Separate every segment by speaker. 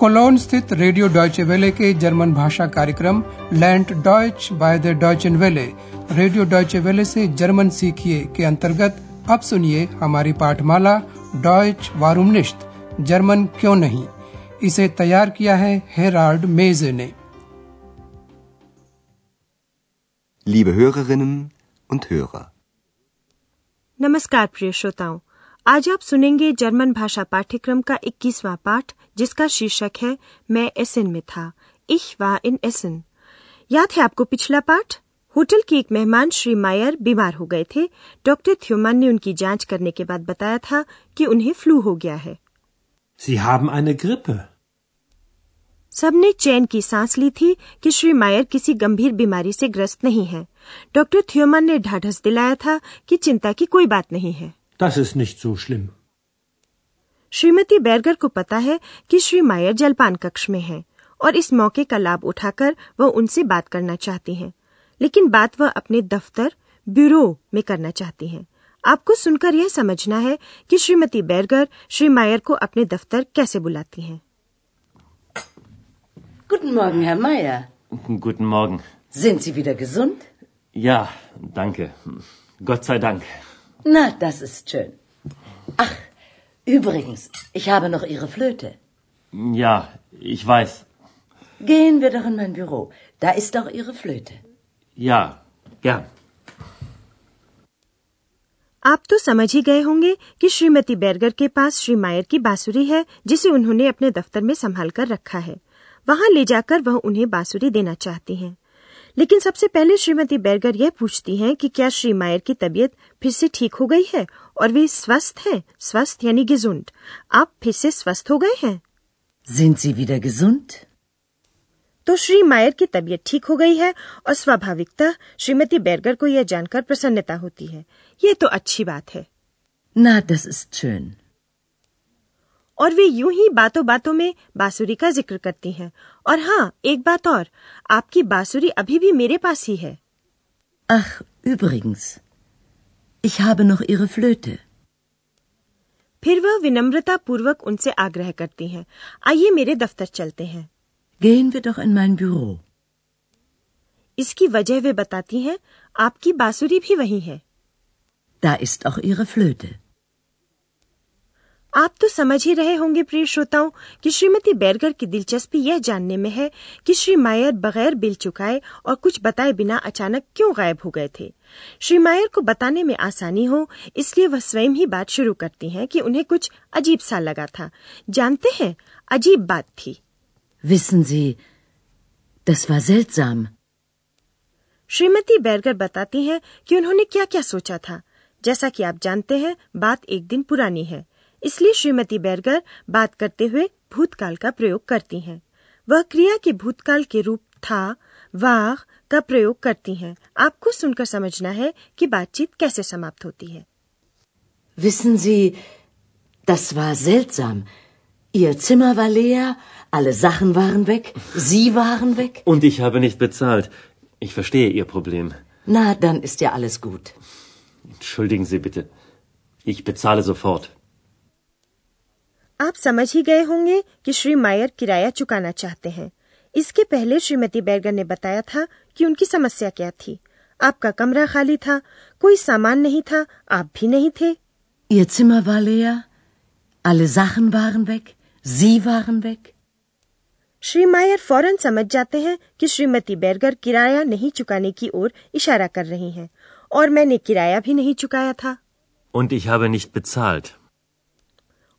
Speaker 1: Colon स्थित radio Deutsche Welle के German भाषा कार्यक्रम लैंड डॉयच by the Deutsche Welle radio Deutsche Welle से जर्मन सीखिए के अंतर्गत अब सुनिए हमारी पाठमाला डॉयच वारूमनिश्त जर्मन क्यों नहीं इसे तैयार किया है हेराल्ड मेजे ने
Speaker 2: Liebe Hörerinnen und Hörer,
Speaker 3: नमस्कार प्रिय श्रोताओं आज आप सुनेंगे जर्मन भाषा पाठ्यक्रम का 21वां पाठ जिसका शीर्षक है मैं एसिन में था ich war in Essen याद है आपको पिछला पाठ होटल के एक मेहमान श्री मायर बीमार हो गए थे डॉक्टर थ्योमन ने उनकी जांच करने के बाद बताया था कि उन्हें फ्लू हो गया है
Speaker 4: Sie haben eine Grippe.
Speaker 3: सबने चैन की सांस ली थी कि श्री मायर किसी गंभीर बीमारी से ग्रस्त नहीं है डॉक्टर थ्योमन ने ढाढ़स दिलाया था कि चिंता की कोई बात नहीं है
Speaker 4: Das ist nicht so schlimm.
Speaker 3: Shrimati Berger को पता है कि श्री मायर जलपान कक्ष में हैं और इस मौके का लाभ उठाकर वह उनसे बात करना चाहती हैं। लेकिन बात वह अपने दफ्तर ब्यूरो में करना चाहती हैं। आपको सुनकर यह समझना है कि श्रीमती बैरगर श्री मायर को अपने दफ्तर कैसे बुलाती हैं।
Speaker 5: Guten Morgen, Herr Meier.
Speaker 6: Guten Morgen.
Speaker 5: Sind Sie wieder gesund?
Speaker 6: Ja, danke. Gott sei Dank.
Speaker 5: Na, das ist schön. Ach, übrigens, ich habe noch Ihre Flöte.
Speaker 6: Ja, ich weiß.
Speaker 5: Gehen wir doch in mein Büro. Da ist auch Ihre Flöte.
Speaker 6: Ja, gern.
Speaker 3: आप तो समझ ही गए होंगे कि श्रीमती बैरगर के पास श्री मायर की बांसुरी है जिसे उन्होंने अपने दफ्तर में संभाल कर रखा है वहाँ ले जाकर वह उन्हें बांसुरी देना चाहती हैं। लेकिन सबसे पहले श्रीमती बैरगर यह पूछती हैं कि क्या श्री मायर की तबीयत फिर से ठीक हो गई है और वे स्वस्थ हैं स्वस्थ यानी गिजुंड आप फिर से स्वस्थ हो गए हैं
Speaker 5: Sind Sie wieder gesund?
Speaker 3: तो श्री मायर की तबीयत ठीक हो गई है और स्वाभाविकतः श्रीमती बैरगर को यह जानकर प्रसन्नता होती है ये तो अच्छी बात है
Speaker 5: Na, das ist schön.
Speaker 3: और वे यूं ही बातों बातों में बांसुरी का जिक्र करती हैं और हाँ एक बात और आपकी बांसुरी अभी भी मेरे पास ही है
Speaker 5: Ach, übrigens, ich habe noch Ihre Flöte.
Speaker 3: फिर वह विनम्रता पूर्वक उनसे आग्रह करती हैं आइए मेरे दफ्तर चलते हैं
Speaker 5: Gehen wir doch in mein Büro.
Speaker 3: इसकी वजह वे बताती हैं आपकी बांसुरी भी वही है
Speaker 5: Da ist auch Ihre Flöte.
Speaker 3: आप तो समझ ही रहे होंगे प्रिय श्रोताओं कि श्रीमती बैरगर की दिलचस्पी यह जानने में है कि श्री मायर बगैर बिल चुकाए और कुछ बताए बिना अचानक क्यों गायब हो गए थे श्री मायर को बताने में आसानी हो इसलिए वह स्वयं ही बात शुरू करती हैं कि उन्हें कुछ अजीब सा लगा था जानते हैं अजीब बात थी
Speaker 5: Wissen Sie, das war seltsam.
Speaker 3: Shrimati बैरगर बताती हैं कि उन्होंने क्या क्या सोचा था जैसा कि आप जानते हैं बात एक दिन पुरानी है इसलिए श्रीमती बैरगर बात करते हुए भूतकाल का प्रयोग करती हैं। वह क्रिया के भूतकाल के रूप था वाह का प्रयोग करती हैं। आपको सुनकर समझना है कि बातचीत कैसे समाप्त होती है
Speaker 5: Wissen Sie, das war seltsam. Ihr Zimmer war leer, alle Sachen waren weg, Sie waren weg.
Speaker 6: Und ich habe nicht bezahlt. Ich verstehe Ihr Problem.
Speaker 5: Na, dann ist ja alles gut.
Speaker 6: Entschuldigen Sie bitte. Ich bezahle sofort.
Speaker 3: आप समझ ही गए होंगे कि श्री मायर किराया चुकाना चाहते हैं इसके पहले श्रीमती बैरगर ने बताया था कि उनकी समस्या क्या थी आपका कमरा खाली था कोई सामान नहीं था आप भी नहीं थे
Speaker 5: Ihr Zimmer war leer, alle Sachen waren weg, Sie waren weg.
Speaker 3: Shri मायर फौरन समझ जाते हैं कि श्रीमती बैरगर किराया नहीं चुकाने की ओर इशारा कर रही हैं और मैंने किराया भी नहीं चुकाया था
Speaker 6: Und ich habe nicht bezahlt.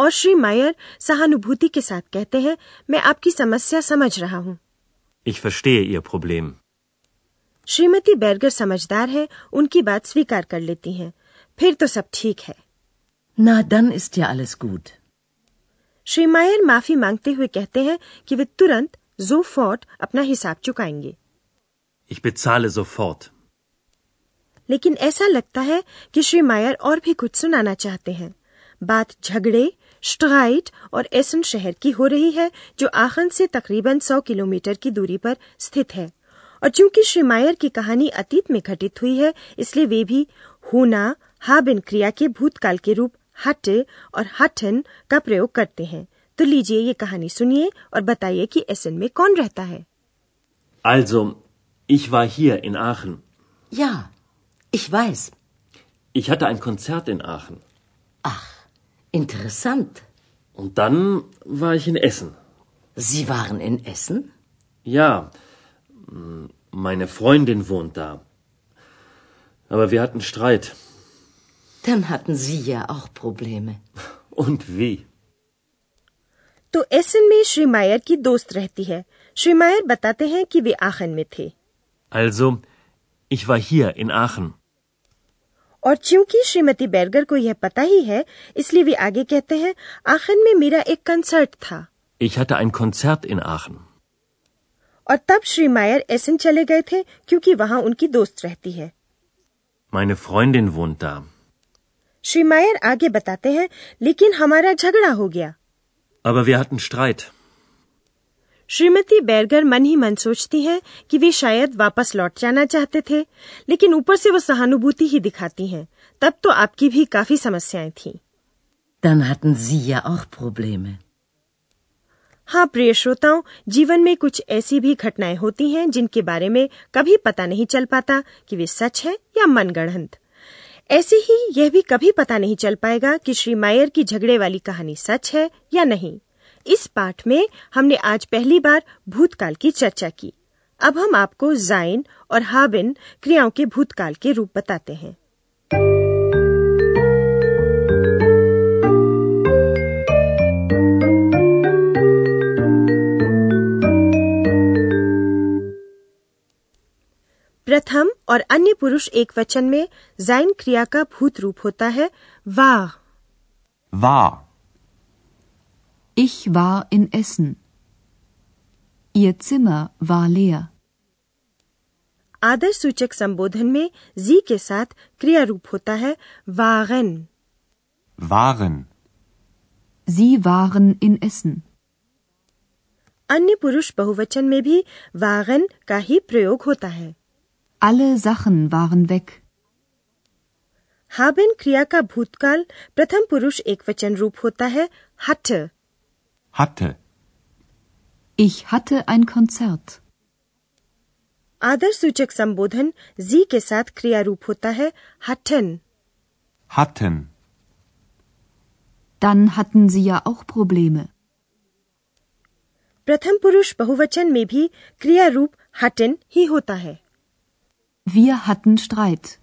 Speaker 3: और श्री मायर सहानुभूति के साथ कहते हैं मैं आपकी समस्या समझ रहा हूँ
Speaker 6: Ich verstehe Ihr Problem.
Speaker 3: Shrimati बैरगर समझदार है उनकी बात स्वीकार कर लेती हैं फिर तो सब ठीक है
Speaker 5: Na, dann ist ja alles gut.
Speaker 3: Shri मायर माफी मांगते हुए कहते हैं कि वे तुरंत जो फोर्ट अपना हिसाब चुकाएंगे
Speaker 6: Ich bezahle sofort.
Speaker 3: लेकिन ऐसा लगता है कि श्री मायर और भी कुछ सुनाना चाहते हैं बात झगड़े स्ट्राइट और एसन शहर की हो रही है जो आखन से तकरीबन 100 किलोमीटर की दूरी पर स्थित है और चूंकि श्री मायर की कहानी अतीत में घटित हुई है इसलिए वे भी होना हाबिन क्रिया के भूतकाल के रूप हटे और हटन का प्रयोग करते हैं तो लीजिए ये कहानी सुनिए और बताइए कि एसन में कौन रहता है
Speaker 6: Also, ich war hier in Aachen.
Speaker 5: Ja, ich weiß.
Speaker 6: Ich hatte ein Konzert in Aachen.
Speaker 5: Ach, interessant.
Speaker 6: Und dann war ich in Essen.
Speaker 5: Sie waren in Essen?
Speaker 6: Ja, m, meine Freundin wohnt da. Aber wir hatten Streit.
Speaker 5: Dann hatten Sie ja auch Probleme.
Speaker 6: Und wie?
Speaker 3: तो एसन में श्री मायर की दोस्त रहती है श्री मायर बताते हैं कि वे आखन में थे
Speaker 6: Also, ich war hier in Aachen.
Speaker 3: और चूंकि श्रीमती बैरगर को यह पता ही है इसलिए वे आगे कहते हैं आखन में मेरा एक कंसर्ट था
Speaker 6: Ich hatte ein Konzert in Aachen.
Speaker 3: और तब श्री मायर एसन चले गए थे क्योंकि वहाँ उनकी दोस्त रहती है
Speaker 6: Meine Freundin wohnt da.
Speaker 3: Shri मायर आगे बताते हैं लेकिन हमारा झगड़ा हो गया
Speaker 6: Aber wir hatten Streit.
Speaker 3: Shrimati बैरगर मन ही मन सोचती हैं कि वे शायद वापस लौट जाना चाहते थे लेकिन ऊपर से वो सहानुभूति ही दिखाती हैं तब तो आपकी भी काफी समस्याएं थीं
Speaker 5: Dann hatten Sie ja auch Probleme.
Speaker 3: हाँ प्रिय श्रोताओं जीवन में कुछ ऐसी भी घटनाएं होती हैं जिनके बारे में कभी पता नहीं चल पाता कि वे सच है या मनगढ़ंत ऐसे ही यह भी कभी पता नहीं चल पाएगा कि श्री मायर की झगड़े वाली कहानी सच है या नहीं इस पाठ में हमने आज पहली बार भूतकाल की चर्चा की अब हम आपको जाइन और हाबिन क्रियाओं के भूतकाल के रूप बताते हैं प्रथम और अन्य पुरुष एक वचन में जाइन क्रिया का भूत रूप होता है वाह
Speaker 2: War.
Speaker 7: Ich war in Essen. Ihr Zimmer war leer.
Speaker 3: आदर सूचक संबोधन में जी के साथ क्रिया रूप होता है वागन
Speaker 2: Waren.
Speaker 7: Sie waren in Essen.
Speaker 3: अन्य पुरुष बहुवचन में भी वागन का ही प्रयोग होता है
Speaker 7: Alle Sachen waren weg.
Speaker 3: हाबेन क्रिया का भूतकाल प्रथम पुरुष एक वचन रूप होता है हट
Speaker 2: Hatte.
Speaker 7: Ich hatte ein Konzert.
Speaker 3: आदर सूचक संबोधन जी के साथ क्रिया रूप होता है हटन
Speaker 2: Hatten.
Speaker 7: Dann hatten Sie ja auch Probleme.
Speaker 3: प्रथम पुरुष बहुवचन में भी क्रिया रूप हटन ही होता है
Speaker 7: Wir hatten Streit.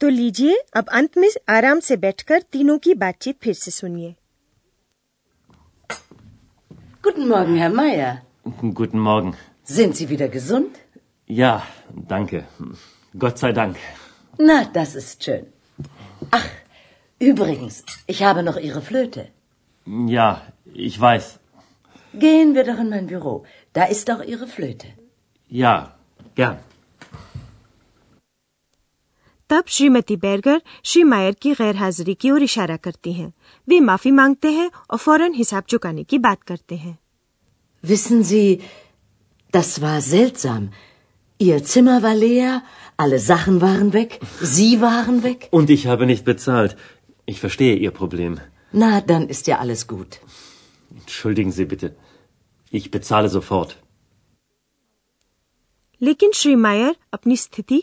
Speaker 3: तो लीजिए अब अंत में आराम से बैठकर तीनों की बातचीत फिर से सुनिए
Speaker 5: Guten Morgen, Herr Meier.
Speaker 6: Guten Morgen.
Speaker 5: Sind Sie wieder gesund?
Speaker 6: Ja, danke. Gott sei Dank.
Speaker 5: Na, das ist schön. Ach, übrigens, ich habe noch Ihre Flöte.
Speaker 6: Ja, ich weiß.
Speaker 5: Gehen wir doch in mein Büro. Da ist auch Ihre Flöte.
Speaker 6: Ja, gern.
Speaker 3: तब श्रीमती बैरगर श्री मायर की गैर हाजिरी की ओर इशारा करती हैं। वे माफी मांगते हैं और फौरन हिसाब चुकाने की बात करते हैं
Speaker 5: Wissen Sie, das war seltsam. Ihr Zimmer war leer, alle Sachen waren weg, Sie waren weg.
Speaker 6: Und ich habe nicht bezahlt. Ich verstehe Ihr Problem.
Speaker 5: Na, dann ist ja alles gut.
Speaker 6: Entschuldigen Sie bitte. Ich bezahle sofort.
Speaker 3: लेकिन श्री मायर अपनी स्थिति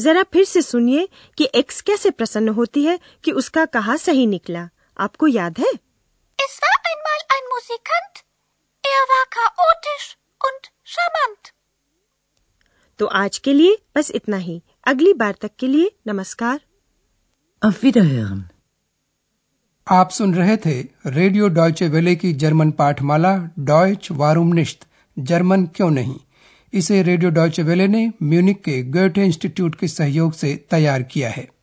Speaker 3: जरा फिर से सुनिए कि x कैसे प्रसन्न होती है कि उसका कहा सही निकला आपको याद है
Speaker 8: Es war einmal ein Musikant. Er war chaotisch und charmant.
Speaker 3: तो आज के लिए बस इतना ही अगली बार तक के लिए नमस्कार
Speaker 5: Auf Wiederhören.
Speaker 1: आप सुन रहे थे रेडियो डॉयचे वेले की जर्मन पाठमाला डॉयच वारूमनिश्त जर्मन क्यों नहीं इसे रेडियो डॉयचे वेले ने म्यूनिक के गोethe इंस्टीट्यूट के सहयोग से तैयार किया है